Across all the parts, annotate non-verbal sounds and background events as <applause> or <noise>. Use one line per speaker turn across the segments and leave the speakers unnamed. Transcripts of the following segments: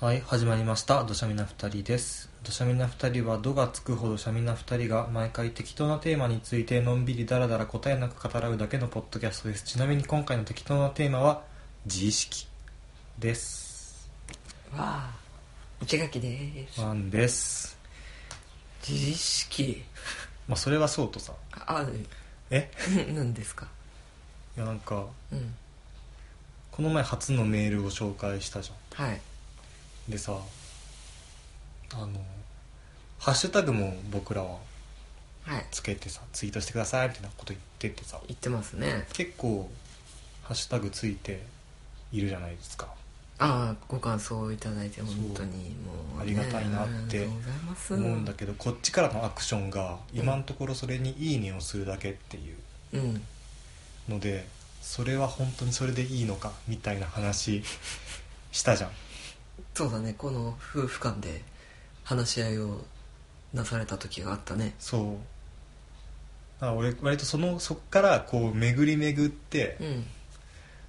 はい始まりました「土砂みな2人」です「土砂みな2人」は「土」がつくほどシャミな2人が毎回適当なテーマについてのんびりだらだら答えなく語らうだけのポッドキャストですちなみに今回の適当なテーマは「自意識」です
わあ内垣です
ワンです
自意識
まあそれはそうとさ
あ
え
うん何ですか
いやなんか
うん
この前初のメールを紹介したじゃ
はい
んでさあのハッシュタグも僕らは
はい
つけてさツイートしてくださいみたいなこと言っててさ
言ってますね
結構ハッシュタグついているじゃないですか
ああご感想をいただいて
そう
本当にもう、ね、
ありがたいなって
ありがとうございます
思うんだけどこっちからのアクションが
うん
今のところそれに「いいね」をするだけっていう
うん
のでそれは本当にそれでいいのかみたいな話したじゃん
そうだねこの夫婦間で話し合いをなされた時があったね
そうだから俺割とそのそっからこう巡り巡って
うん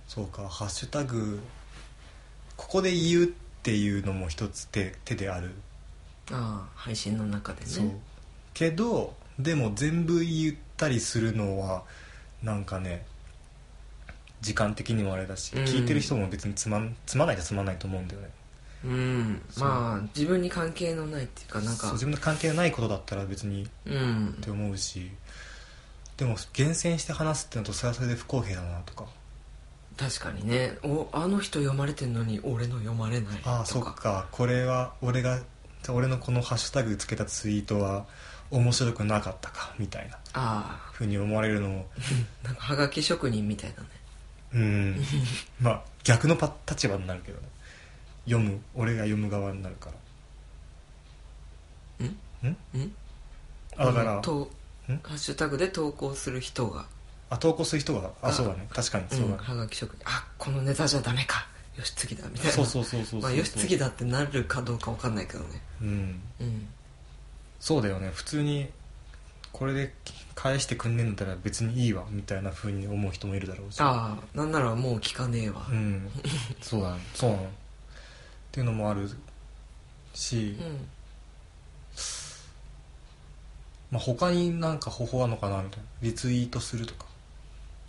そうかハッシュタグここで言うっていうのも一つ手手である
ああ配信の中でね
そうけどでも全部言ったりするのはなんかね時間的にもあれだし、
うん
聞いてる人も別につまんつまんないじゃつまんないと思うんだよね
うん
そう
まあ自分に関係のないっていうかなん
そう
か
自分の関係ないことだったら別にっ
うん
て思うしでも厳選して話すってのとそれはそれで不公平だなとか
確かにねおあの人読まれてんのに俺の読まれないとか
ああそっかこれは俺が俺のこのハッシュタグつけたツイートは面白くなかったかみたいな
あ
ふうに思われるのも
あなんかはがき職人みたいだね
うんまあ逆のパ立場になるけどね読む俺が読む側になるから
うん
あだから、
と
ん
ハッシュタグで投稿する人が
あ投稿する人があ
あ
そうだね確かに
う
そ
ん
うだね、
はがき職人あこのネタじゃダメかよし次だみたいな
そうそうそうそうそう、
まあよし次だってなるかどうかわかんないけどね
うん
うん
そうだよね普通にこれで返してくんねえんだったら別にいいわみたいなふうに思う人もいるだろうし
ああなんならもう聞かねえわ
うんそうだねそうなのっていうのもあるし、
うん
まあ、他になんか方法あるのかなみたいなリツイートするとか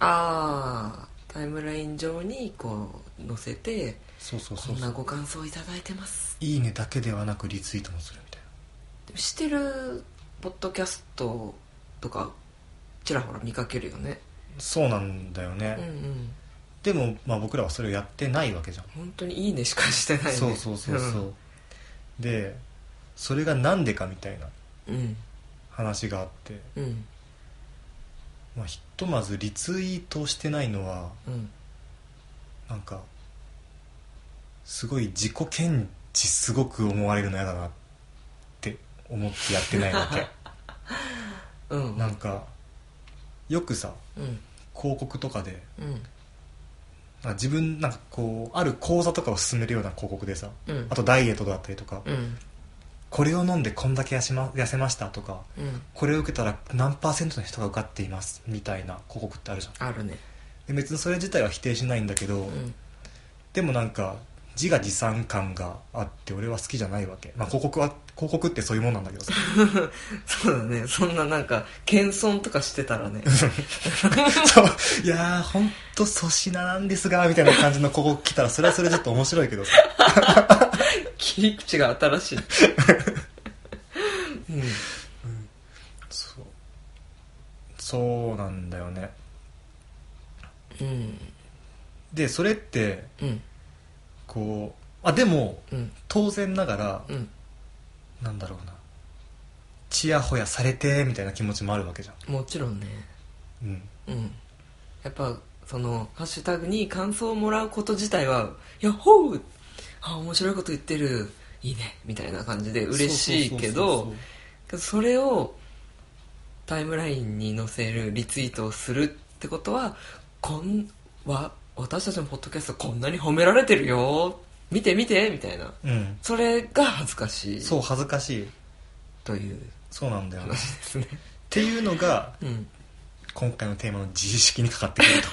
ああタイムライン上にこう載せて
そうそうそ
こ
うんそ
な
う
ご感想いただいてます
いいねだけではなくリツイートもするみたいな
してるポッドキャストとかちらほら見かけるよね
そうなんだよ
うんう
ね、
ん
でも、まあ、僕らはそれをやってないわけじゃん、
本当にいいねしかしてないね
そうそうそうそう、でそれがなんでかみたいな
うん
話があって、
うん
まあ、ひとまずリツイートしてないのは
うん
なんかすごい自己検知すごく思われるの嫌だなって思ってやってないわ
<laughs>
け
うんうん
なんかよくさ
うん
広告とかで
うん
なんか自分なんかこうある講座とかを勧めるような広告でさ
うん
あとダイエットだったりとか、
うん
これを飲んでこんだけ痩せ,、ま、痩せましたとか
うん
これを受けたら何パーセントの人が受かっていますみたいな広告ってあるじゃん
あるね
で別にそれ自体は否定しないんだけど、
うん
でもなんか自画自賛感があって俺は好きじゃないわけ、まあ、広告は広告ってそういうもんなんだけどさ <laughs>
そうだねそんななんか謙遜とかしてた
<laughs>
らね
そういやー本当粗品なんですがみたいな感じの広告来たらそれはそれでちょっと面白いけどさ
切り口が
<laughs>
新しいうん
そうそうなんだよね
うん
でそれって
うん
こうあでも
うん
当然ながら、
うん
なんだろうなちやほやされてみたいな気持ちもあるわけじゃ
もちろんね
んうん
うん、やっぱそのハッシュタグに感想をもらうこと自体は「ヤッホー!」あ面白いこと言ってるいいねみたいな感じで嬉しいけ
そうそうそうそう
どそれをタイムラインに載せるリツイートをするってことはこんわ私たちのポッドキャストこんなに褒められてるよ見て見てみたいな
うん
それが恥ずかしい
そう恥ずかしい
という
そうなんだよねっ
話ですね、
ていうのが
うん、
今回のテーマの自意識にかかってくると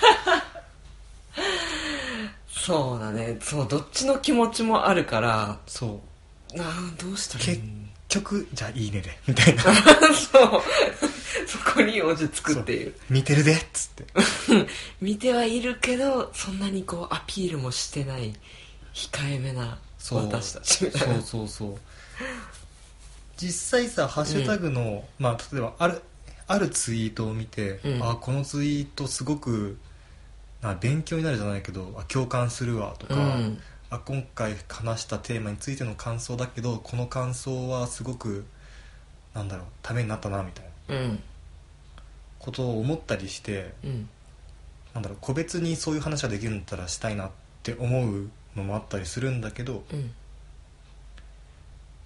そうだねそうどっちの気持ちもあるから
そう
あーどうしたらいい
結局じゃあいいねでみたいな
<laughs> そうそこに落ち着くっていう
見てるでっつって
見てはいるけどそんなにこうアピールもしてない控えめな
そう
私たちみたい
そう
な
そうそう実際さハッシュタグの、まあ例えばあるあるツイートを見て、
うん
あこのツイートすごくな勉強になるじゃないけどあ共感するわとか、
うん
あ今回話したテーマについての感想だけどこの感想はすごくなんだろうためになったなみたいな
うん
ことを思ったりして
うん
なんだろう個別にそういう話ができるんだったらしたいなって思うのもあったりするんだけど
うん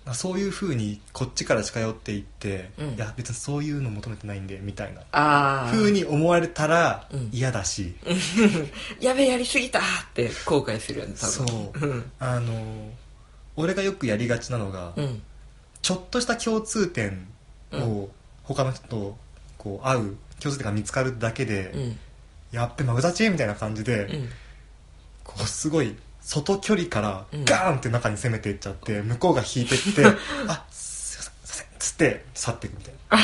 あそういうふうにこっちから近寄っていって、
うん
いや別にそういうの求めてないんでみたいな
ああ
ふうに思われたら
うん
嫌だし、
<laughs> やべえやりすぎたって後悔するよね多
そう
分うん
あの俺がよくやりがちなのが、
うん
ちょっとした共通点を他の人とこう会う共通点が見つかるだけで、
うん
やっべマグダチみたいな感じで、
うん
こうすごい外距離から
うん
ガーンって中に攻めていっちゃって、向こうが引いてって
<laughs>
あすいませんすいませんつって去っていくみたいな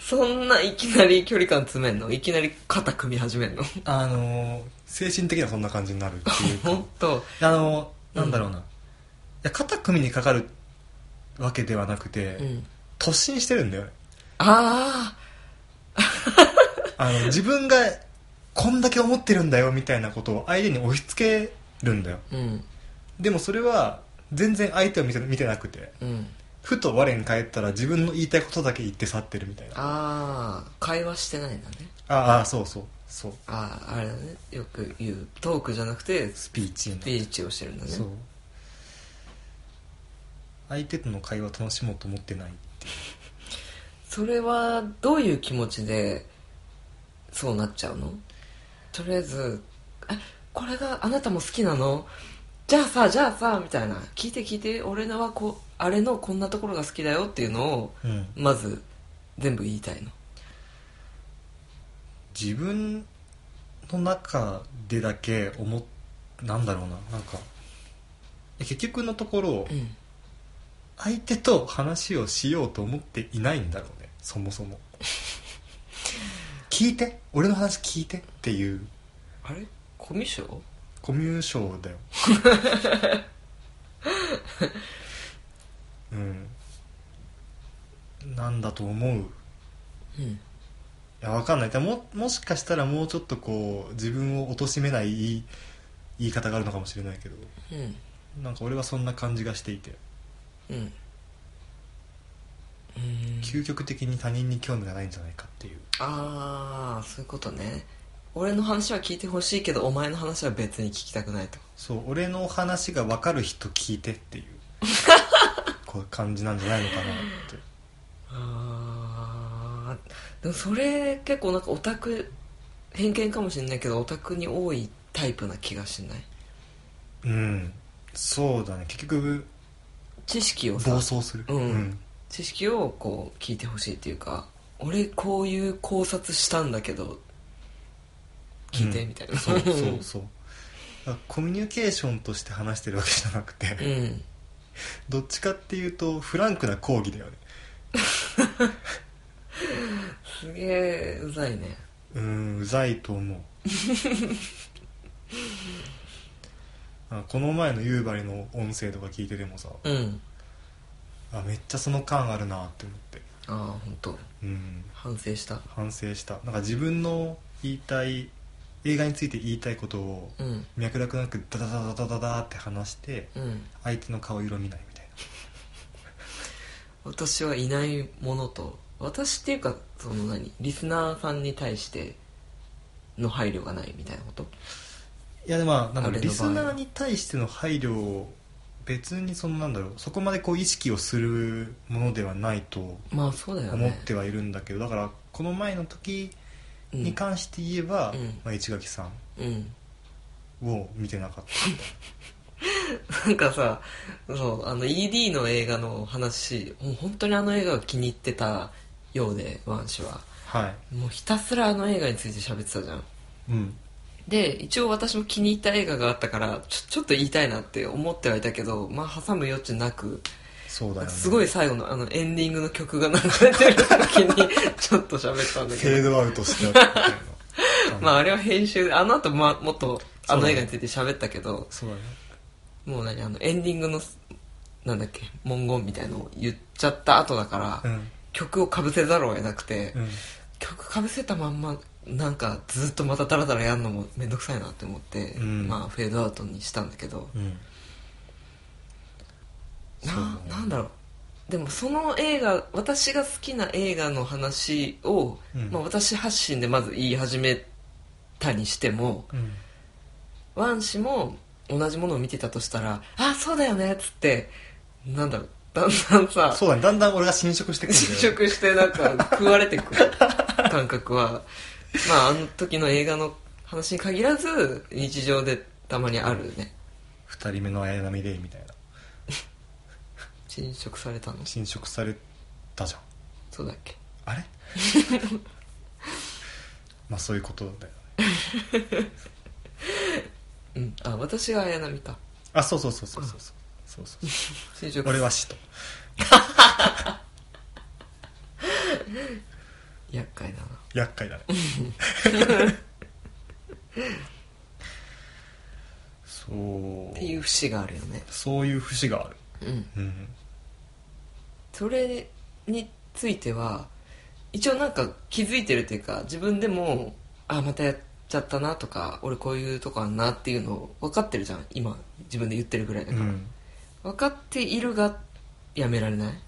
そんないきなり距離感詰めんのいきなり肩組み始めんの <laughs>
あのー精神的にはそんな感じになるっていう
<laughs>
か
本当
あのーなんだろうな、いや肩組みにかかるわけではなくて、
うん
突進してるんだよね
あ
あの <laughs> 自分がこんだけ思ってるんだよみたいなことを相手に押し付けるんだよ
あうん
でもそれは全然相手を見て見てなくて
うん
ふと我に返ったら自分の言いたいことだけ言って去ってるみたいなあ
ああ会話してないんだね
あーそうそうそう
あああれだねよく言うトークじゃなくてス
スピーチの
ピーチをしてるんだね
そう相手との会話を楽しもうと思ってない
それはどういう気持ちでそうなっちゃうのとりあえず「えこれがあなたも好きなのじゃあさじゃあさ」みたいな「聞いて聞いて俺のはこうあれのこんなところが好きだよ」っていうのを
うん
まず全部言いたいの
自分の中でだけ思っなんだろうななんか結局のところ
うん
相手と話をしようと思っていないんだろうねそも
<laughs>
そも聞いて俺の話聞いてっていう
あれコミュ障
コミュ障だようんなんだと思う
うん
いやわかんないでももしかしたらもうちょっとこう自分を貶としめない言い言い方があるのかもしれないけど
うん
なんか俺はそんな感じがしていて、
うんうん
究極的に他人に興味がないんじゃないかっていう
ああそういうことね俺の話は聞いてほしいけどお前の話は別に聞きたくないと
そう俺の話が分かる人聞いてっていう <laughs> こういう感じなんじゃないのかなって
あーでもそれ結構なんかオタク偏見かもしれないけどオタクに多いタイプな気がしない
うんそうだね結局
知識を
暴
さ
走する
うん知識をこう聞いてほしいっていうか俺こういう考察したんだけど聞いて
うん
みたいな
そうそうそうだからコミュニケーションとして話してるわけじゃなくて、
<laughs> うん
どっちかっていうとフランクな講義だよね
すげえうざいね
うんうざいと
<laughs>
思うあこの前の夕張の音声とか聞いててもさ
うん
あめっちゃその感あるなって思って
ああ本当
うん
反省した
反省したなんか自分の言いたい映画について言いたいことを
うん
脈絡なくダダダダダダダって話して
うん
相手の顔色見ないみたい
私はいないものと私っていうかその何リスナーさんに対しての配慮がないみたいなこと
ないやでもまあなんか
俺の場合
リスナーに対しての配慮を別にそのなんだろうそこまでこう意識をするものではないと
まあそうだよね
思ってはいるんだけどだからこの前の時に関して言えば、
うん
まあ、市垣さ
うん、うん、
んを見てなかっ
なんかさそうあの ED の映画の話もう本当にあの映画が気に入ってたようでワン氏は
たはい
もうひたすらあの映画について喋ってたじゃん
うん
で一応私も気に入った映画があったからちょちょっと言いたいなって思ってはいたけど、まあ、挟む余地なく
そうだよね
すごい最後のあのエンディングの曲が流れてる時にちょっと喋ったんだ
フ
け
ェー
ど、
ドアウトしてあったみたいな
<laughs> まあ、あれは編集であの後、まもっとあの映画について喋ったけど
そうだね
もう何あのエンディングのなんだっけ文言みたいのを言っちゃった後だから、
うん
曲をかぶせざるを得なくて、
うん
曲かぶせたまんまなんかずっとまたダラダラやるのもめんどくさいなって思って、
うん
まあフェードアウトにしたんだけど、
うん
な
そうね
なんだろうでもその映画私が好きな映画の話を、
うん
まあ、私発信でまず言い始めたにしても
うん
ワン氏も同じものを見てたとしたら「あそうだよね」っつってなんだろうだんだんさ
そうだねだんだん俺が侵食してくるんだよ
侵食してなんか食われ
<laughs>
てく感覚はまああの時の映画の話に限らず日常でたまにあるね
2人目の綾波レイみたいな
侵食されたの
侵食されたじゃん
そうだっけ
あ
<laughs>
れまあそういうことだよね
うんあ私が綾波か
あそうそうそうそうそうそうそうそうそう
侵食
俺は死と
厄介だな
厄介
<laughs>
だねそう
っていう節があるよね
そういう節がある
うん
うん
それについては一応なんか気づいてるというか自分でもあまたやっちゃったなとか俺こういうとこあんなっていうのを分かってるじゃん今自分で言ってるぐらいだ
う
から、
ん
分かっているがやめられない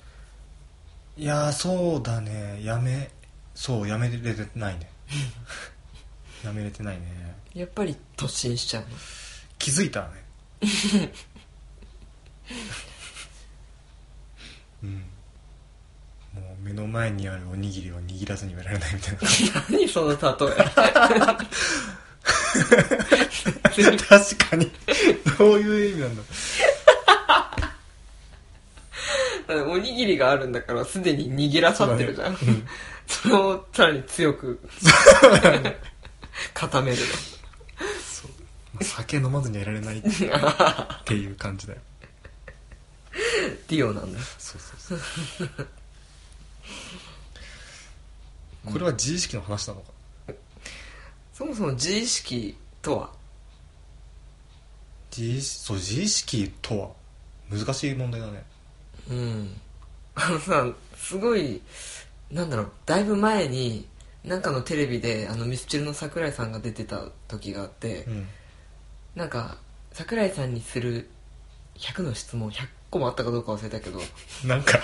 いやーそうだねやめそうやめれてない
<laughs>
ねやめれてないね
やっぱり突進しちゃうの
気づいたらね <laughs> うんもう目の前にあるおにぎりを握らずにはいられないみたいな
<laughs> 何その例
<laughs> 確かにどういう意味なんだ
え <laughs> おにぎりがあるんだからすでに握らさってるじゃんそ,、
そうだね
れをさらに強 <laughs> く固める
まあ酒飲まずにはいられないっていう感じだよ
ディオなんだ
そうそうそうこれは自意識の話なのか
そもそも自意識とは
自意識そう自意識とは難しい問題だね
うんあのさすごいなんだろうだいぶ前になんかのテレビであのミスチルの桜井さんが出てた時があって、
うん
なんか桜井さんにする100の質問100個もあったかどうか忘れたけど <laughs>
なんか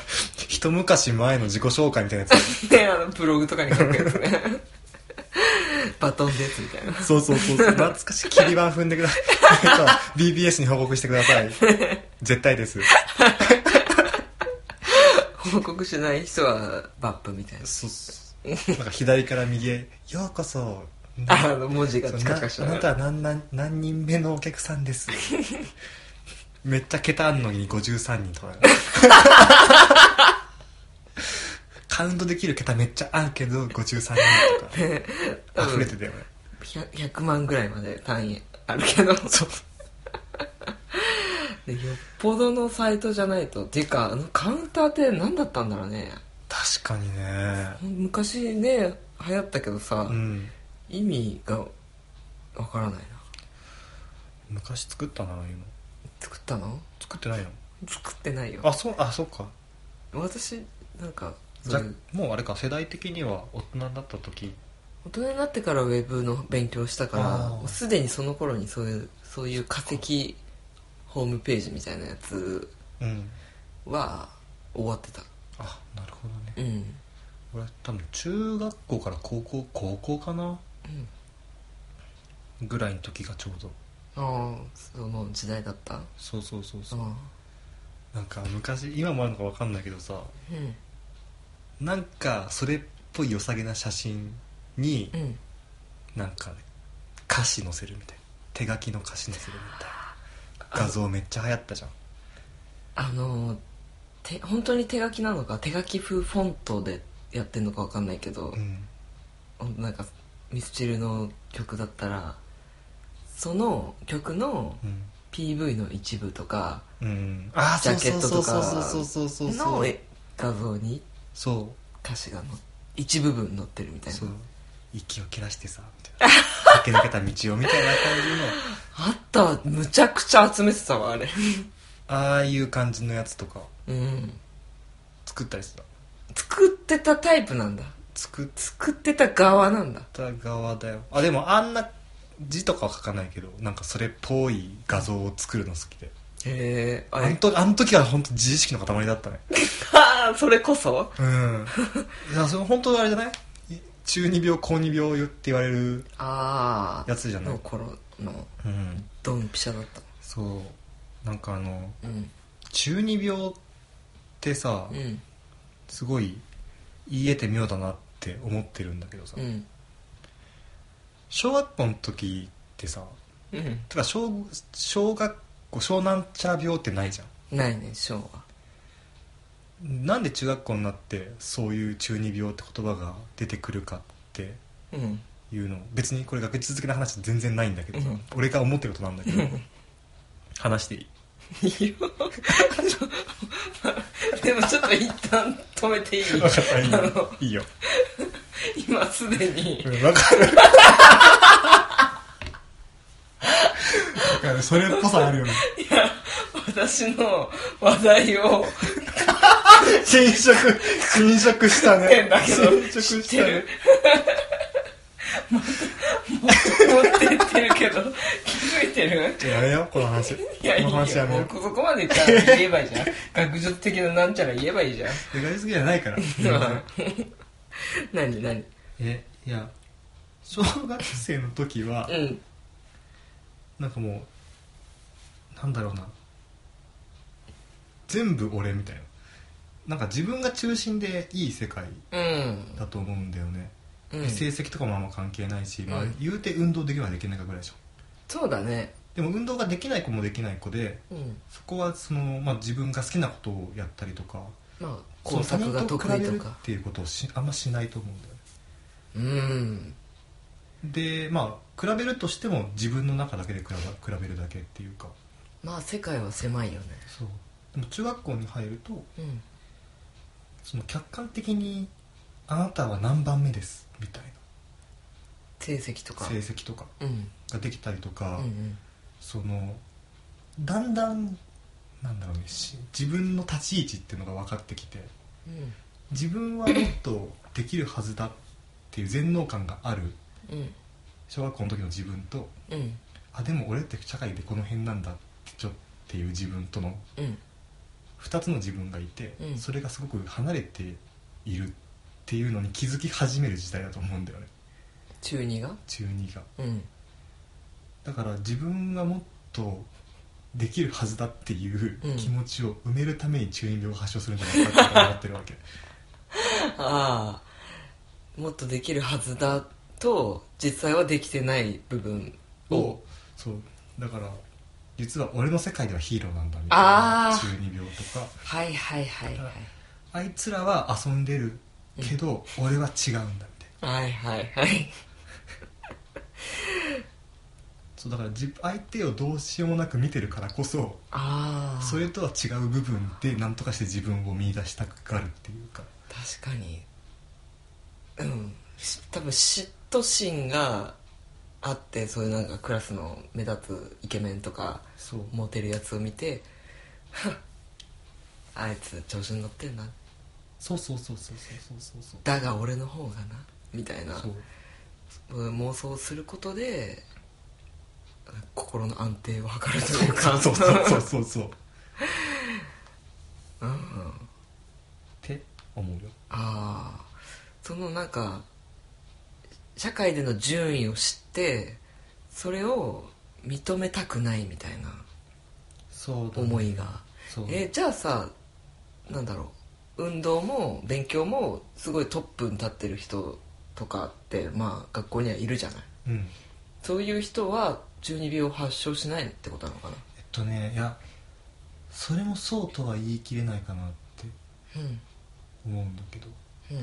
一昔前の自己紹介みたいなやつ
であのブログとかに書くやつね <laughs> バトンですみたいな
そうそうそうそう懐かしい切り板踏んでくださ <laughs> い BBS に報告してください絶対です
報告しない人はバップみたいな
そうそうなんか左から右へ「ようこそ」
あの文字が
そう
チ
な
カチカし
あ
た
なたは何何何人目のお客さんですめっちゃ桁あんのに53人とかだよカウントできる桁めっちゃあるけど53人とか溢れてたよね
100, 100万ぐらいまで単位あるけど
そう
<laughs> でよっぽどのサイトじゃないとっていうかあのカウンターって何だったんだろうね
確かにね
昔ね流行ったけどさ、
うん
意味がわからないな
昔作ったなああいうの
作ったの
作ってないの
作ってないよ
あそうあそっか
私なんか
じ
そ
ゃ
ういう
もうあれか世代的には大人だった時
大人になってからウェブの勉強したから
あー
もうすでにその頃にそういうそういう化石ホームページみたいなやつ
うん
は終わってた
あなるほどね
うん
俺多分中学校から高校高校かな
うん
ぐらいの時がちょうど
ああその時代だったあ
そうそうそうそう
あ
なんか昔今もあるのか分かんないけどさ
うん
なんかそれっぽい良さげな写真に
うん
なんか、ね、歌詞載せるみたいな手書きの歌詞載せるみたいな画像めっちゃ流行ったじゃん
あのて本当に手書きなのか手書き風フォントでやってんのか分かんないけど
う、ん
なんかミスチルの曲だったらその曲の
うん
PV の一部とか
うん、あ
ジャケットとか
そうそうそうそうそうそ
の
う
え画像に
そう
歌詞がの一部分載ってるみたいな
そう息を切らしてさみたい <laughs> な駆け抜けた道をみたいな感じの
あったわむちゃくちゃ集めてたわあれ
ああいう感じのやつとか
うん
作ったりした
作ってたタイプなんだ
作っ
作ってた側なんだ
た側だよあでもあんな字とかは書かないけどなんかそれっぽい画像を作るの好きで
へえ
あ
あ
んとあの時は本当自意識の塊だったね
あそれこそ
うん <laughs> いやそれ本当あれじゃないい中二病高二病って言われる
あ
やつじゃ
あ
な
の
い
頃の
うん
ドンピシャだっ
そうなんかあの
たうん
中二病ってさ、
うん
すごい言えて妙だなって思ってるんだけどさ、
うん
小学校の時ってさ
うん
てか小小学校小なんちゃら病ってないじゃ
ないね昭和
んなんで中学校になってそういう中二病って言葉が出てくるかって
うん <laughs>
いうの別にこれ学術的な話全然ないんだけどさ、
うん
俺が思ってることなんだけど話
<laughs>
していい
いいよでもちょっと一旦止め <laughs> ていい
分かったいい
あ
よ
の
いいよ
今すでに
うんわかるわかるそれっぽさあるよね
私の話題を
侵食侵食した
知
ね
ってんだけど
侵食
知っ
してた
<laughs>
ね
る持ってってるけど気づいてる
やめようこの話こ
いやいい
の話
よ
やめ
もう
よう
こそこまで言ったら言えばいいじゃん学術的ななんちゃら言えばいいじゃん
意外すぎじゃないから
<laughs> 何何
えいや小学生の時は
うん
なんかもうなんだろうな全部俺みたいななんか自分が中心でいい世界
うん
だと思うんだよね、
うん
成績とかもあんま関係ないし、まあ
うん、
言うて運動できればできないかぐらいでしょ
そうだね
でも運動ができない子もできない子で
うん
そこはその、まあ、自分が好きなことをやったりとか
まあ工作が得
その他
意
人
と
比べる
か
っていうことをしあんましないと思うんだよね
うん
でまあ比べるとしても自分の中だけで比べ比べるだけっていうか
まあ世界は狭いよね
そうでも中学校に入ると
うん
その客観的に「あなたは何番目です」みたい
成績と
な
か
成績とか
うん
ができたりと
う
か、
ん
そのだんだんなんだろうねし自分の立ち位置っていうのが分かってきて
うん
自分はもっとできるはずだっていう全能感がある
うん
小学校の時の自分と
うん
あでも俺って社会でこの辺なんだってちょっていう自分との
うん
2つの自分がいて、
うん
それがすごく離れているっていうのに気づき始める時代だと思うんだよね
中二が
中2が
うん <laughs>
だから自分がもっとできるはずだっていう
うん
気持ちを埋めるために中二病を発症するんじゃないかって思ってるわけ
ああもっとできるはずだと実際はできてない部分を
をそうだから実は俺の世界ではヒーローなんだみたい
あ
な
ー
中二病とか
はいはいはいはい
あいつらは遊んでるけど、俺は違うんだみたいな
はいはいはい
そうだから自相手をどうしようもなく見てるからこそ
ああ
それとは違う部分で何とかして自分を見出したがるっていうか
確かにうんし多分嫉妬心があってそういうなんかクラスの目立つイケメンとか
そう
モテるやつを見てはっあいつ調子に乗ってんな
そうそうそうそうそうそうそう
だが俺の方がなみたいな
そう
妄想をすることで心の安定を図るというか
そうそうそうそうそうっ
<laughs> うんうん
て思うよ
ああそのなんか社会での順位を知ってそれを認めたくないみたいな
そうだね
思いが、
そう
えじゃあさなんだろう運動も勉強もすごいトップに立ってる人とかってまあ学校にはいるじゃない
うん
そういう人は中二病を発症しないってことなのかな
えっとねいやそれもそうとは言い切れないかなって
うん
思うんだけど
うん
い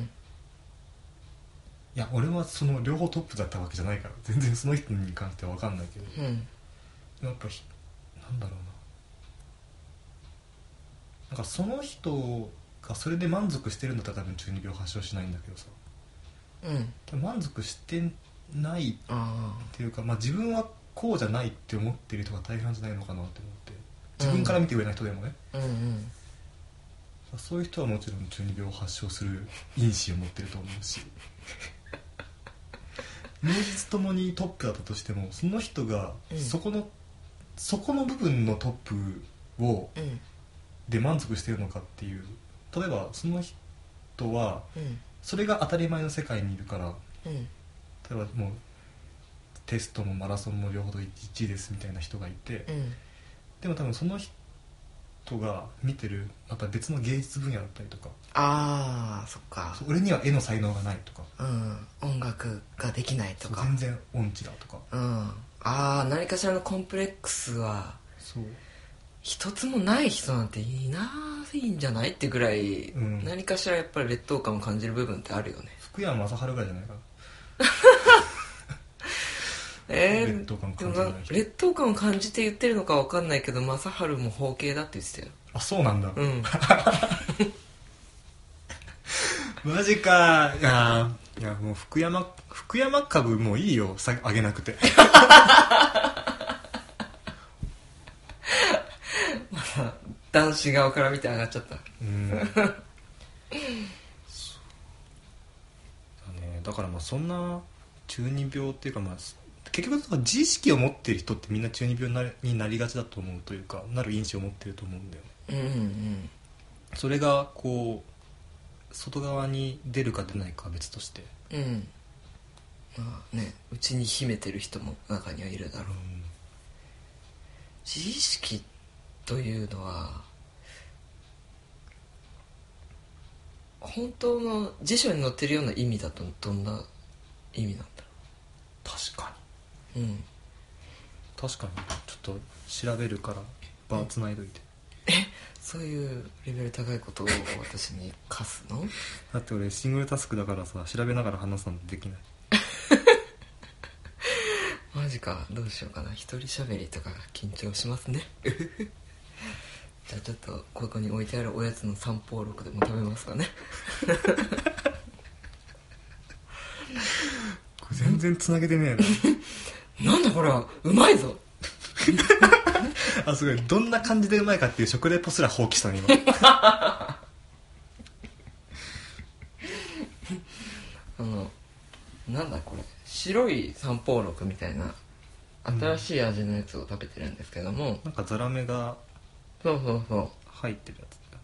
いや俺はその両方トップだったわけじゃないから全然その人に関しては分かんないけど
うん
やっぱひなんだろうななんかその人がそれで満足してるんだったら多分中二病発症しないんだけどさ
うん
多分満足してないっ
あ
ていうか、まあ、自分はこうじゃないって思ってる人が大半じゃないのかなって思って自分から見て上の人でもね、
あうんうん
そういう人はもちろん中二病を発症する因子を持ってると思う
<laughs>
し名実ともにトップだったとしてもその人が
うん
そこの、そこの部分のトップを
うん
で満足してるのかっていう例えばその人は
うん
それが当たり前の世界にいるから
うん
例えばもうテストもマラソンも両方と1位ですみたいな人がいて、
うん
でも多分その人が見てるまた別の芸術分野だったりとか
ああそっか
そう俺には絵の才能がないとか
うん音楽ができないとか
そう全然音痴だとか
うんああ何かしらのコンプレックスは
そう
一つもない人なんていないんじゃないってぐらい、
うん
何かしらやっぱり劣等感を感じる部分ってあるよね
福山雅治ぐらいじゃないかな
えー
劣等感
で
感
も
じな
ない
人
劣等感を感じて言ってるのか分かんないけど正治も包茎だって言ってたよ
あそうなんだ、
うん <laughs>
マジかいやーいやもう福山福山株もういいよさ上げなくて
男子側から見て上がっちゃった
うんそうだねだからまあそんな中二病っていうかまあ結局だから自意識を持ってる人ってみんな中二病になりになりがちだと思うというかなる印象を持ってると思うんだよね
うんうん
それがこう外側に出るか出ないかは別として
うんうんまあねうちに秘めてる人も中にはいるだろう自意識というのは本当の辞書に載ってるような意味だとどんな意味なんだろ
確か
ううん
に確かにちょっと調べるからバーつないどいて、
そういうレベル高いことを私に課すの <laughs>
だって俺シングルタスクだからさ調べながら話すなんてできない
マジかどうしようかな一人喋りとか緊張しますね <laughs> じゃあちょっとここに置いてあるおやつの三宝六でも食べますかね
これ全然つなげてねえな
なんだこれはうまいぞ
<laughs> あすごいどんな感じでうまいかっていう食レポすら放棄したね今
あのなんだこれ白い三宝六みたいな新しい味のやつを食べてるんですけども、
なんかザラメが
そうそうそ
入ってるやつだね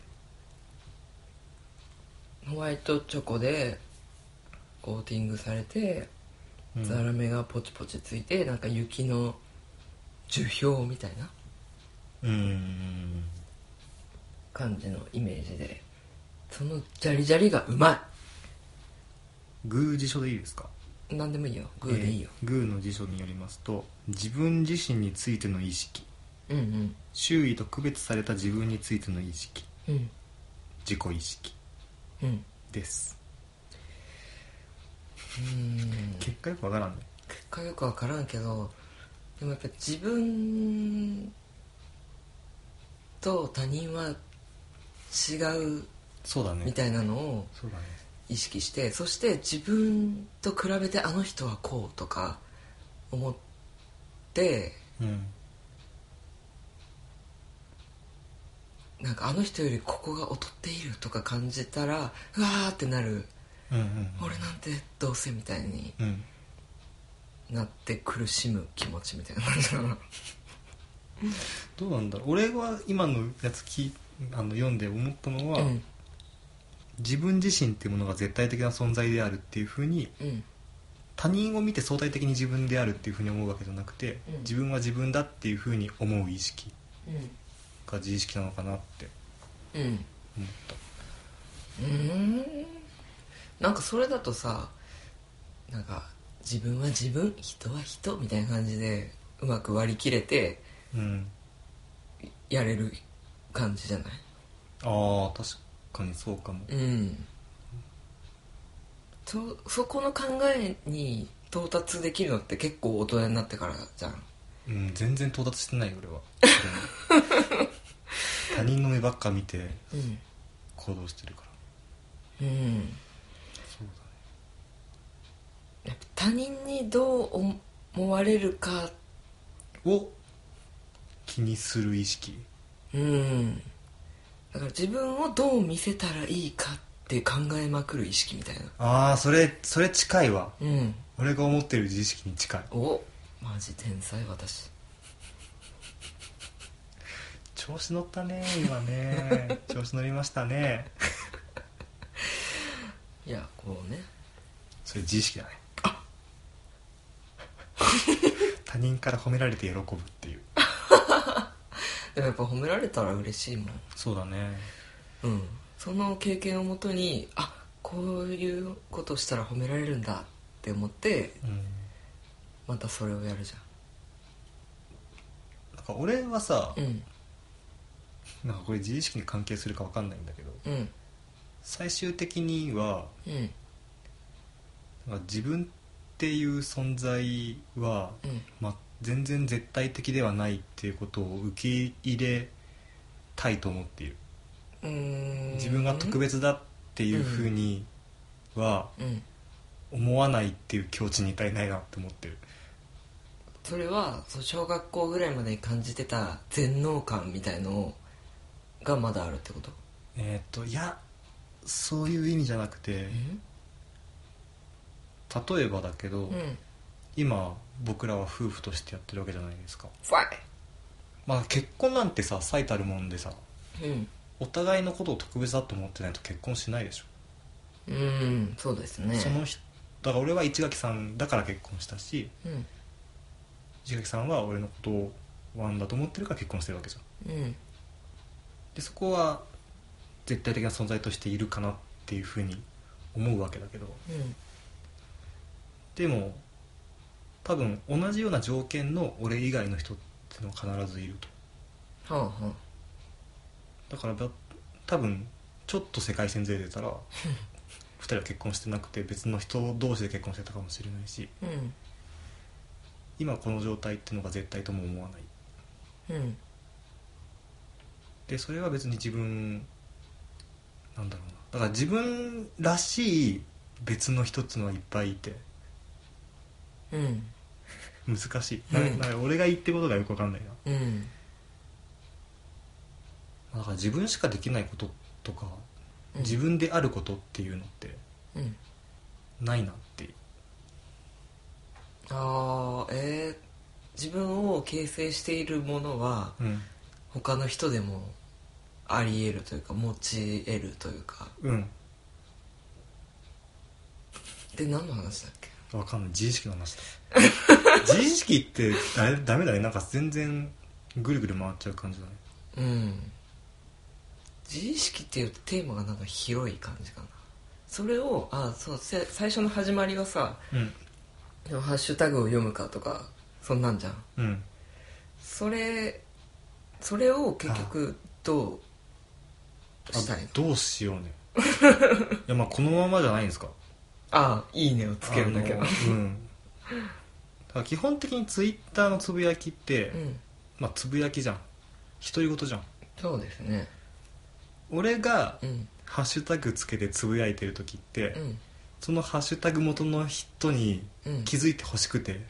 うホワイトチョコでコーティングされて、
うん
ザラメがポチポチついてなんか雪の樹氷みたいな
うーん
感じのイメージでそのジャリジャリがうま
グー辞書でいいですか
いなんでもいいよグーでいいよ、
えーグーの辞書によりますと自分自身についての意識
うん
周囲と区別された自分についての意識
うんうん
自己意識
うん
です
うん
結果よくわからんね
結果よくわからんけどでもやっぱ自分と他人は違う
そうだね
みたいなのを
そうだね
意識してそして自分と比べてあの人はこうとか思って
うん
なんかあの人よりここが劣っているとか感じたらうわーってなる
うん
俺なんてどうせみたいに
うんうん
なって苦しむ気持ちみたいな感じかな
どうなんだろう俺は今のやつ聞いあの読んで思ったのは、
うん
自分自身っていうものが絶対的な存在であるっていうふうに
うん
他人を見て相対的に自分であるっていうふうに思うわけじゃなくて、
うん
自分は自分だっていうふうに思う意識
う
が自意識なのかなって
んうん
思った
うーんなんかそれだとさなんか自分は自分人は人みたいな感じでうまく割り切れて
うん
やれる感じじゃない
ああ確かにそうかも
うんそそこの考えに到達できるのって結構大人になってからじゃん
うん全然到達してないよ俺は
<laughs>
他人の目ばっか見て
うん
行動してるから
うん
そうだね
やっぱ他人にどう思われるか
を気にする意識
うんだから自分をどう見せたらいいかって考えまくる意識みたいな
ああそれそれ近いわ
うん
俺が思ってる自意識に近い
おマジ天才私
調子乗ったね今 <laughs> ね調子乗りましたね
いやこうね
それ自意識だね他人から褒められて喜ぶっていう
でもやっぱ褒められたら嬉しいもん
そうだね
うんその経験をもとにあこういうことしたら褒められるんだって思って
うん
またそれをやるじゃ
なんか俺はさ
んうん
なんかこれ自意識に関係するか分かんないんだけど
うん
最終的には
うん
なんか自分っていう存在は、
うん
まあ、全然絶対的ではないっていうことを受け入れたいと思っている
うーん
自分が特別だっていうふうには
うん
思わないっていう境地に至りないなって思ってる
それはそう小学校ぐらいまでに感じてた全能感みたいのがまだあるってこと
えーっといやそういう意味じゃなくて
うん
例えばだけど、
うん
今僕らは夫婦としてやってるわけじゃないですか
ファ
まあ結婚なんてさ最たるもんでさ
イうん
お互いのことを特別だと思ってないと結婚しないでしょ、
うんそうですね
その人だから俺は市垣さんだから結婚したし
うん
市垣さんは俺のことをワンだと思ってるから結婚してるわけじゃん
うん
でそこは絶対的な存在としているかなっていうふうに思うわけだけど
うん
でも多分同じような条件の俺以外の人ってのは必ずいると
はあは
だからば多分ちょっと世界線ずれてた
<laughs>
ら二人は結婚してなくて別の人同士で結婚してたかもしれないし
あうん
今この状態ってのが絶対とも思わない
うん
でそれは別に自分なんだろうなだから自分らしい別の人っていうのはいっぱいいて
うん
難しい、
うん
ななんか俺が言ってることがよく分かんないな
うん
だから自分しかできないこととか
うん
自分であることっていうのって
うん
ないなって
ああえー、自分を形成しているものは
うん、
他の人でもあり得るというか持ち得るというか
うん、
で何の話だっけ
分かんない自意識の
<laughs>
話だ自意識ってあれダメだねなんか全然ぐるぐる回っちゃう感じだね
うん自意識っていうテーマがなんか広い感じかなそれをあそうせ最初の始まりはさ「ハッシュタグを読むか」とかそんなんじゃん
うんうん
それそれを結局どう
あ
したいの
どうしよ
<laughs>
うねいやまあこのままじゃないんですか
あいいね」をつけるんだけど
あのうんだから基本的にツイッターのつぶやきって、
うん
まあつぶやきじゃん独り言じゃん
そうですね
俺が
うん
ハッシュタグつけてつぶやいてる時って、
うん
そのハッシュタグ元の人に
うん
気づいてほしくて、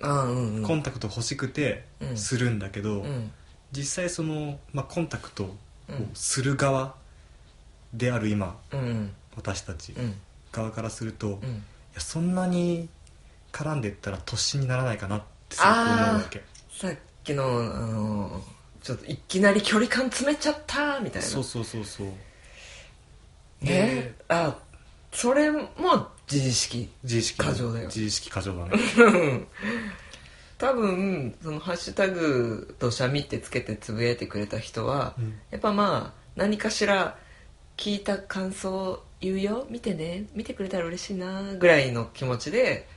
あうんうん
コンタクト欲しくて
うん
するんだけど、
うん
実際その、まあ、コンタクトを
うん
する側である今
うん
私たち
うん
側からすると、
う
い
ん
やそんなに絡んでったら突進にならないかなってすごく思うわけ
さっきのあのーちょっといきなり距離感詰めちゃったみたいな
そうそうそうそう
ね
で
あそれも自意識
自意識
過剰だよ
自意識過剰だね
多分その「ハッシュタグとしゃみ」ってつけてつぶやいてくれた人は、
うん
やっぱまあ何かしら聞いた感想を言うよ見てね見てくれたら嬉しいなぐらいの気持ちで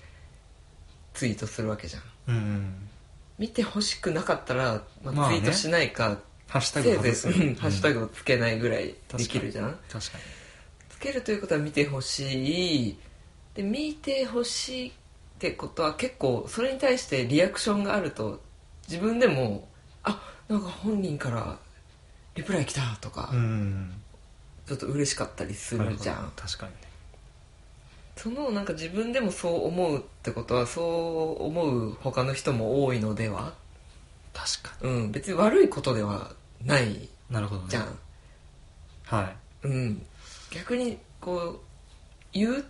ツイートするわけじゃん
うんうん
見てほしくなかったら、まあ
まあ
ツ
ね
イートしないか
ハッシュ
せ
タ
い
グ
ぜい、
外す
うんハッシュタグをつけないぐらいできるじゃん、
確かに
つけるということは見てほしいで見てほしいってことは結構それに対してリアクションがあると自分でもあなんか本人からリプライ来たとか、
うん
ちょっと嬉しかったりするじゃん
確かにね
そのなんか自分でもそう思うってことはそう思う他の人も多いのでは
確か
うん別に悪いことではない
になるほどね
じゃん
はい
うん逆にこう言う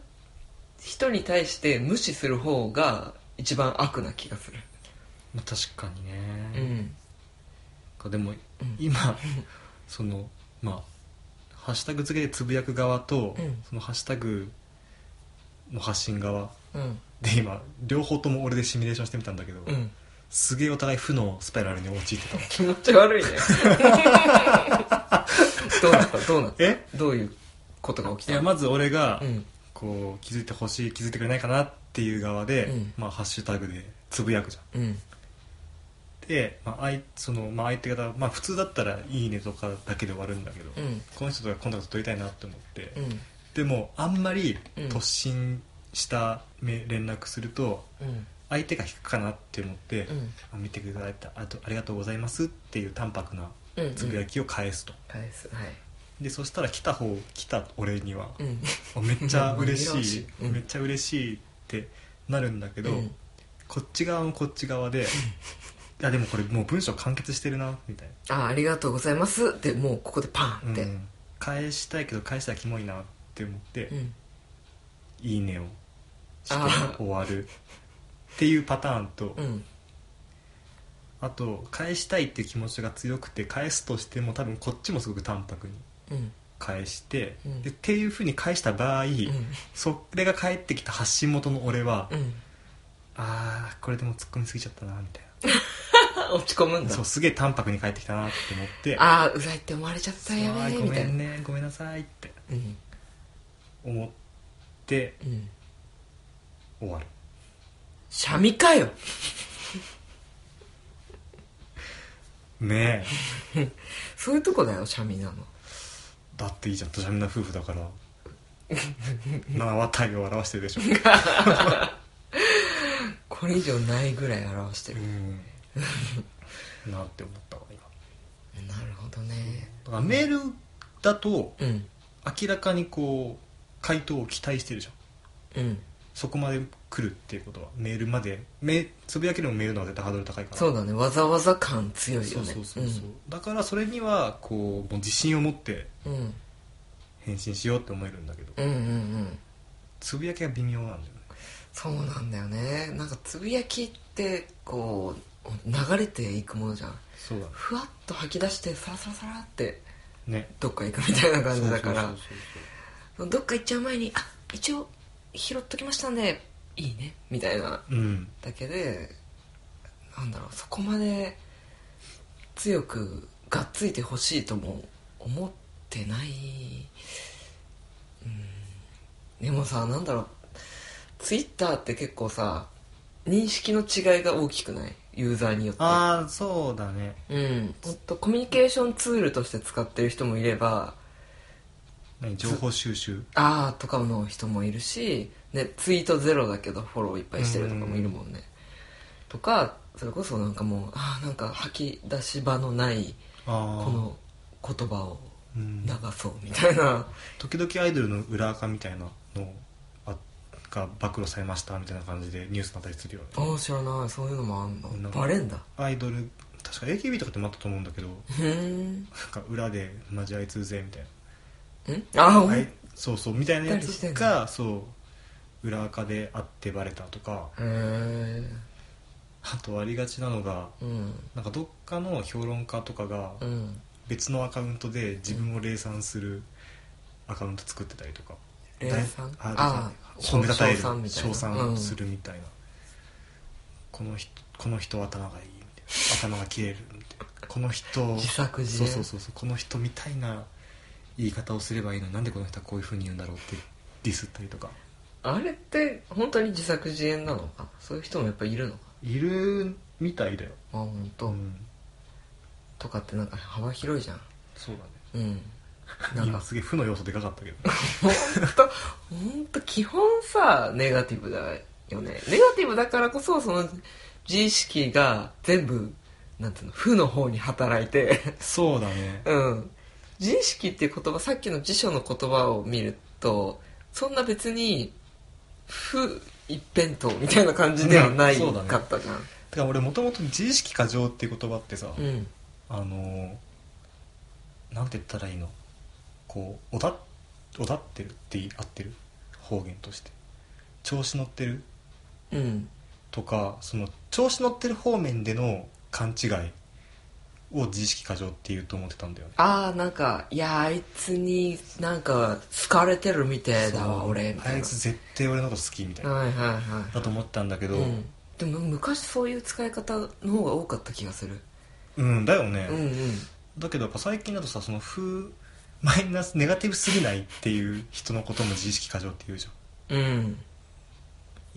人に対して無視する方が一番悪な気がする
まあ確かに
う
ね、
ん
でも
うん
今そのまあハッシュタグ付けでつぶやく側と、
うん
そのハッシュタグの発信側
うん
で今両方とも俺でシミュレーションしてみたんだけど、
うん
すげえお互い負のスパイラルに陥
<laughs>
ってた
気持ち悪いねどうなったどうなった
え
どういうことが起き
い
た
やまず俺が
うん
こう気づいてほしい気づいてくれないかなっていう側で、
うん
まあ、ハッシュタグでつぶやくじゃん
うん
で、まあ、あいそのまあ相手方、まあ、普通だったら「いいね」とかだけで終わるんだけど、
うん
この人とはコンタクト取りたいなって思って、
うん
でもあんまり
うん
突進しため連絡すると
うん
相手が引くかなって思って、
うん
あ見てくださってあとありがとうございますっていう淡白な
うん
つぶやきを返すと、
返すはい
でそしたら来た方来た俺には、
うん
あめっちゃ嬉しい、
うん
めっちゃ嬉しいってなるんだけど、
うん
こっち側もこっち
<laughs>
側でいやでもこれもう文章完結してるなみたい
あありがとうございますってもうここでパ
な、
ンって
うん返したいけど返したらキモいなって思って「
うん
いいね」をして
あー
終わるっていうパターンと、
うん
あと返したいっていう気持ちが強くて返すとしても多分こっちもすごく淡白に
うん
返して、
うん
でっていうふうに返した場合、
うん
それが返ってきた発信元の俺は、
うん
ああこれでも突っ込みすぎちゃったなみたい
あ <laughs> 落ち込むん
な
だ
そうすげえ淡白に返ってきたなって思って
ああうざいって思われちゃったやべ
あ
え
ーご
みた
め
い
ん
な
ねごめんなさいって
うん
思って
うん
終わる
シャミかよ
ねえ
そういうとこだよシャミなの
だっていいじゃんドジャミな夫婦だから縄体を表してるでしょ、
これ以上ないぐらい表して
う
る
ん、なって思ったわ今
なるほどね
だからメールだと
うん
明らかにこう回答を期待してるじゃん
うん
そこまで来るっていうことはメールまでめつぶやきのもメールの方が絶対ハードル高いから
そうだねわざわざ感強い
そ
よ
う
ね
そうそうそうだからそれにはこうもう自信を持って
うんうん
返信しようって思えるんだけど
うんうんうん
つぶやきが微妙なんだよね
そうなんだよねなんかつぶやきってこう流れていくものじゃん
そうだ
ふわっと吐き出してサラサラサラって
ね
どっか行くみたいな感じだから
そうそう
どっか行っちゃう前にあ一応拾っときましたんでいいねみたいな
そうそううん
だけでなんだろうそこまで強くがっついてほしいとも思ってない、うん、でもさなんだろうツイッターって結構さ認識の違いが大きくないユーザーによって
ああそうだね
うん本当コミュニケーションツールとして使ってる人もいれば
何情報収集
あーとかの人もいるし、ね、ツイートゼロだけどフォローいっぱいしてるとかもいるもんね、とかそれこそなんかもうあーなんか吐き出し場のないこ
ああ
の言葉を
うん
流、そうみたいな、 <laughs>
時々アイドルの裏垢みたいなのあが暴露されましたみたいな感じでニュースになったりするよね
ああ知らないそういうのもあんの
なんか
バレんだ
アイドル確か AKB とかってもあったと思うんだけ
<laughs>
ど
ふーんん
なんか裏でマジあいつうぜみたいな
あー、
は、
はい
そうそうみたいなや
二人
つ
してん
がそう裏垢であってバレたとか
へえ
あとありがちなのが
うん
なんかどっかの評論家とかが
うん
別のアカウントで自分を礼賛するアカウント作ってたりとか
礼賛
だい
あ
あ
あ
褒めたたえる
称賛みたいな
称賛す
る、
るみたいな、この人この人頭がいいみたいな頭が切れるみたいなこの人
自作自
そう
演
そうそうそうこの人みたいな言い方をすればいいのになんでこの人はこういうふうに言うんだろうってディスったりとか
あれって本当に自作自演なのかそういう人もやっぱいるのか
いるみたいだよ
あ本当、
うん
とかってなんか幅広いじゃん
そうだね
うんなん
今
か
すげえ負の要素でかかったけど
本当本当基本さネガティブだよねネガティブだからこそその自意識が全部なんていうの負の方に働いて <laughs>
そうだね
うん自意識っていう言葉さっきの辞書の言葉を見るとそんな別に負一辺倒みたいな感じではない
うんそうだね
かったじゃん、
てか俺もともと自意識過剰っていう言葉ってさ、
うん
あのーなんて言ったらいいのこうおだおだってるって合ってる方言として調子乗ってる
うん
とかその調子乗ってる方面での勘違いを自意識過剰って言うと思ってたんだよね
ああなんかいやあいつになんか好かれてるみてえだわ
そう
俺みたいな
あいつ絶対俺のこと好きみたいな、
はいはいはい
だと思ったんだけど、
うん、でも昔そういう使い方の方が多かった気がする
うんだよね、
うんうん
だけどやっぱ最近だとさその風マイナスネガティブすぎないっていう人のことも自意識過剰って言うじゃ
うん
ん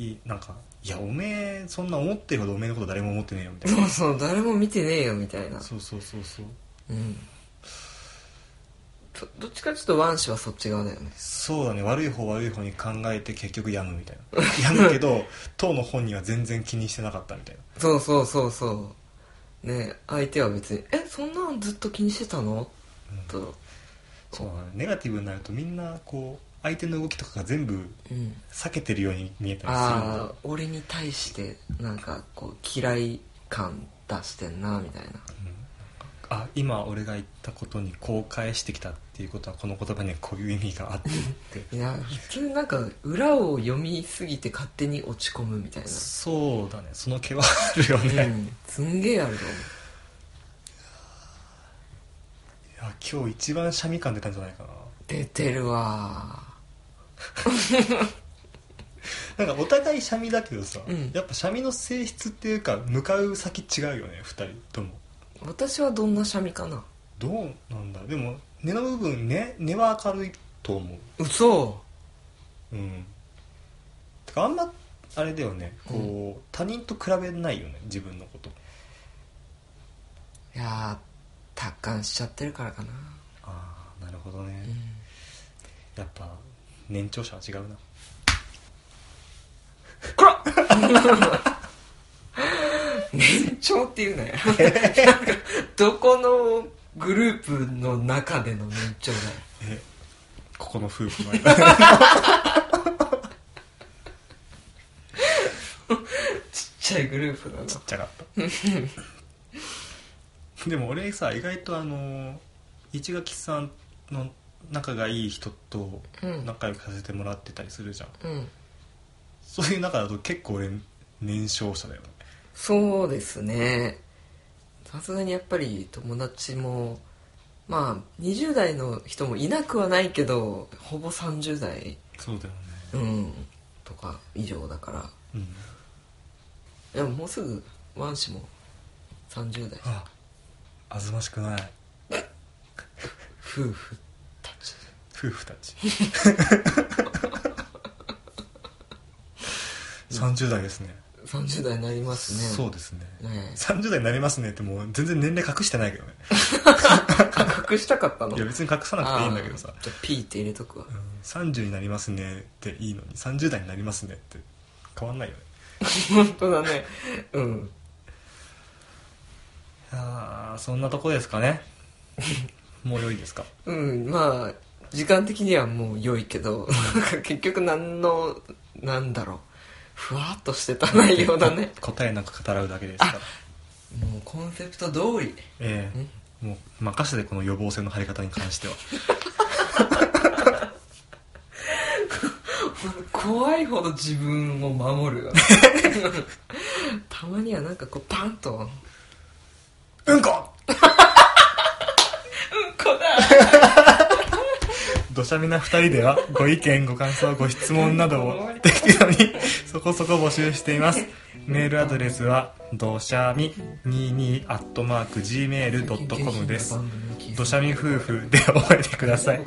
いなんかいやおめえそんな思ってるほどおめえのこと誰も思ってねえよみたい
そ
な
うそう誰も見てねえよみたいな
そうそうそうそう
うんどどっちかちょっとワン氏はそっち側だよね
そうだね悪い方悪い方に考えて結局病むみたいな病むけ
<laughs>
ど当の本人は全然気にしてなかったみたいな
そうそうそうそうね相手は別に「えそんなんずっと気にしてたの?」と
そうだねネガティブになるとみんなこう相手の動きとかが全部
うん
避けてるように見えたりするんだ
ああ俺に対してなんかこう嫌い感出してんなみたいな
あ今俺が言ったことにこう返してきたっていうことはこの言葉にはこういう意味があって
<laughs>
って
いや普通なんか裏を読みすぎて勝手に落ち込むみたいな
そうだねその気はあるよね、い
うん、すんげえあるよ
や今日一番シャミ感出たんじゃないか
出てるわ
ななんかお互いシャミだけどさ、
うん
やっぱシャミの性質っていうか向かう先違うよね二人とも
私はどんなシャミかな
どうなんだでも根の部分根根は明るいと思
嘘
ううんてかあんまあれだよねこう、他人と比べないよね自分のこと
いやー達観しちゃってるからかな
ああなるほどね、
うん
やっぱ年長者は違うな
こら年長っていうねなんかどこのグループの中での年長だよ
えここの夫婦の間
ちっちゃいグループだな
ちっちゃか <laughs> ったでも俺さ意外とあの市垣さんの仲がいい人と
うん
仲良くさせてもらってたりするじゃん、
うん
そういう中だと結構俺年少者だよね
そうですねさすがにやっぱり友達もまあ20代の人もいなくはないけどほぼ30代、
そうだよね
うん、とか以上だから
うん
でももうすぐワン氏も30代
ああずましくない
夫婦
夫婦た <laughs> ち30代ですね
30代になりますね
そうですね
ね
30代になりますねってもう全然年齢隠してないけどね
え隠したかったの
いや別に隠さなくていいんだけどさ
あーじゃあ P って入れとくわ
うん30になりますねっていいのに30代になりますねって変わんないよね
本当だねうん
ああそんなとこですかね <laughs> もう良いですか
うんまあ時間的にはもう良いけどなんか結局何のなんだろうふわっとしてた内容だね
答えなく語らうだけですから
もうコンセプト通り
ええもう任せてこの予防線の張り方に関しては
怖いほど自分を守るよねたまにはなんかこうパンと「うんこ
うんこ
だ!
土砂みな二人で <laughs> はご意見ご感想ご質問など <laughs> を適当にそこそこ募集していますメールアドレスはどしゃみ22アットマーク Gmail.com <laughs> です土砂み夫婦で覚えてください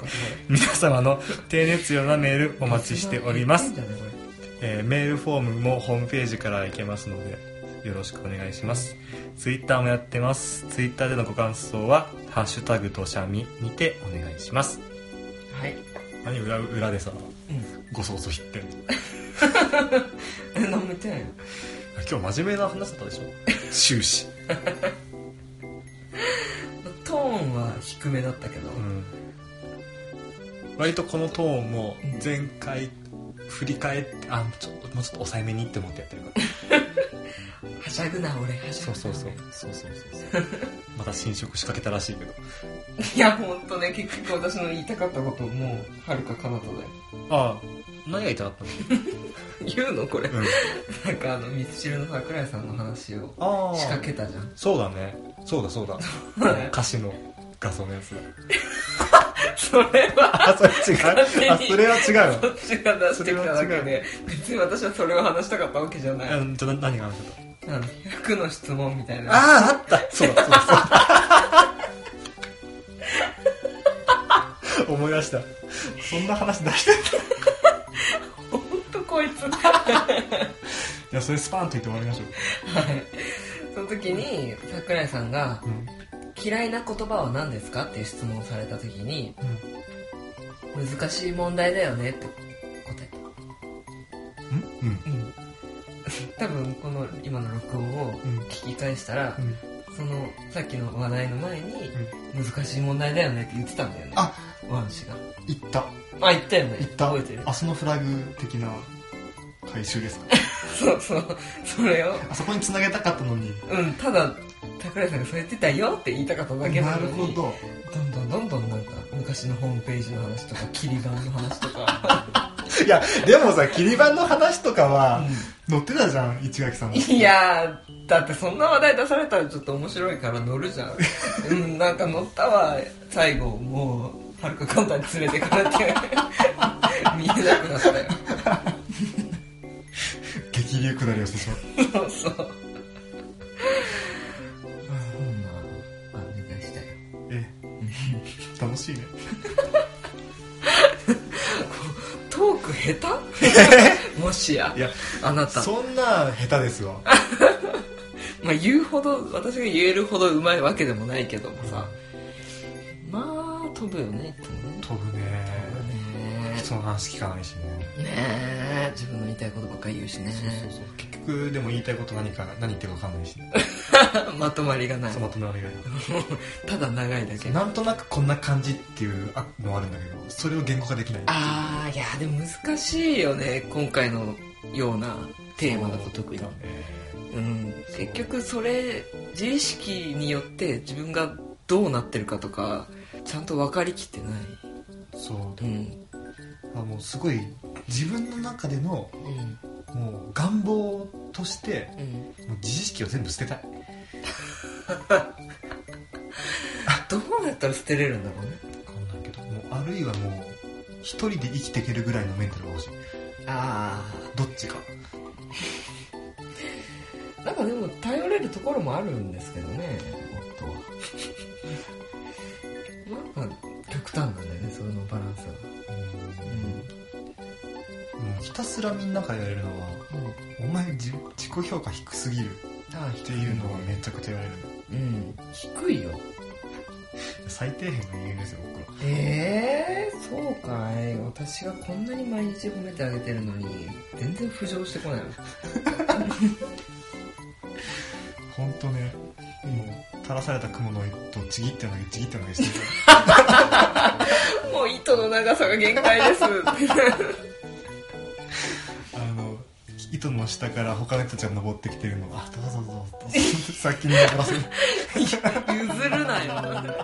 皆様の低熱量なメールお待ちしております、えーメールフォームもホームページから行けますのでよろしくお願いしますツイッターもやってますツイッターでのご感想は「ハッシュタグとしゃみ」にてお願いします
はい
何裏裏でさ
うん
ご想像言ってんの
え何も言ってないよ
今日真面目な話だったでし <laughs> ょ終始
トーンは低めだったけど、
うん割とこのトーンも前回振り返ってあちょっともうちょっと抑えめにって思ってやってるから
はしゃぐな俺はし
そ
ゃ
う
ぐな俺
そうそうそうそうそうまた侵食仕掛けたらしいけど
いやほんとね結局私の言いたかったこともうはるか彼方だよ
ああ何が言いたかったの、
言うのこれ
うん、
なんかあのミスチルの桜井さんの話を
ああ
仕掛けたじゃん
そうだねそうだそうだ歌詞の画像のやつだ
それは
あそれ違うあ
勝手に
それは違う
こっちが出してきただけ
それ
で別に私はそれを話したかったわけじゃない、
わうんじゃあ何があるんだ
あの服の質問みたいな
あああったそうだそうだそうだ思い出したそんな話出してたい
ほんとこいつ
やそれスパンと言って終わりましょ
はいその時に桜井さんが
ううん
「嫌いな言葉は何ですか?」っていう質問をされた時に「難しい問題だよね」って答えた
うんうん
うん <laughs> 多分この今の録音を
うん
聞き返したら
う、ん
そのさっきの話題の前に「難しい問題だよね」って言ってたんだよね
あ
ワン氏が
行った
あ言ったよね
行った
覚えてる
あそのフラグ的な回収ですか
そうそうそれを
あそこに繋げたかったのに
うんただ桜井さんがそうやってたよって言いたかっただけな
な
の
る
に
ほど
どんどんどんどんなんか昔のホームページの話とか切り板の話とか、
<laughs> いやでもさ切り板の話とかは
う
載ってたじゃん市垣さんも
んいやーだってそんな話題出されたらちょっと面白いから乗るじ <laughs> ゃんうんなんか乗ったわ最後もうはるか簡単に連れてかれて <laughs> 見えなくなったよ
激流下りをしてしまっ
そうそうそんな感じでしたよ
たええ楽しいね
トーク下手 <laughs> もしや
いや
あなた
そんな下手ですわ
まあ言うほど私が言えるほどうまいわけでもないけどもさまあ飛ぶよねいつもね
飛ぶね
ね
人の話聞かないしね
えねえ自分の言いたいことばっかり言うしね
そうそうそう結局でも言いたいこと何か何言ってるか分かんないし、ね、
<laughs> まとまりがない
そのまとめられが
ただ長いだけ
なんとなくこんな感じっていうあのはあるんだけどそれを言語化できない
あーいやでも難しいよね今回のようなテーマだと特に
そうだね
うん結局それ自意識によって自分がどうなってるかとかちゃんと分かりきってない
そう
うん、
あもうすごい自分の中での
うん
もう願望として
うん、
もう自意識を全部捨てたい
どうやったら捨てれるんだろうね
分かんないけどもうあるいはもう一人で生きていけるぐらいのメンタルが欲しい
あ
どっちか
あなんかでも頼れるところもあるんですけどね <laughs> 夫はなんか極端なんだよねそのバランスが
うんもうひたすらみんなから言われるのは
うん、うん、
「お前自自己評価低すぎる」
ああ
っていうのはめちゃくちゃ言われる
うん低いよ
最底辺の人間ですよ僕は
ええそうかい私がこんなに毎日褒めてあげてるのに全然浮上してこないの
本当ね
うん
もう垂らされた雲の糸をちぎって投げちぎって投げしてる
<laughs> もう糸の長さが限界 <laughs> です
あの糸の下から他の人たちが登ってきてるのが「あどうぞどうぞ」 <laughs> 先に登らせる
譲るなよ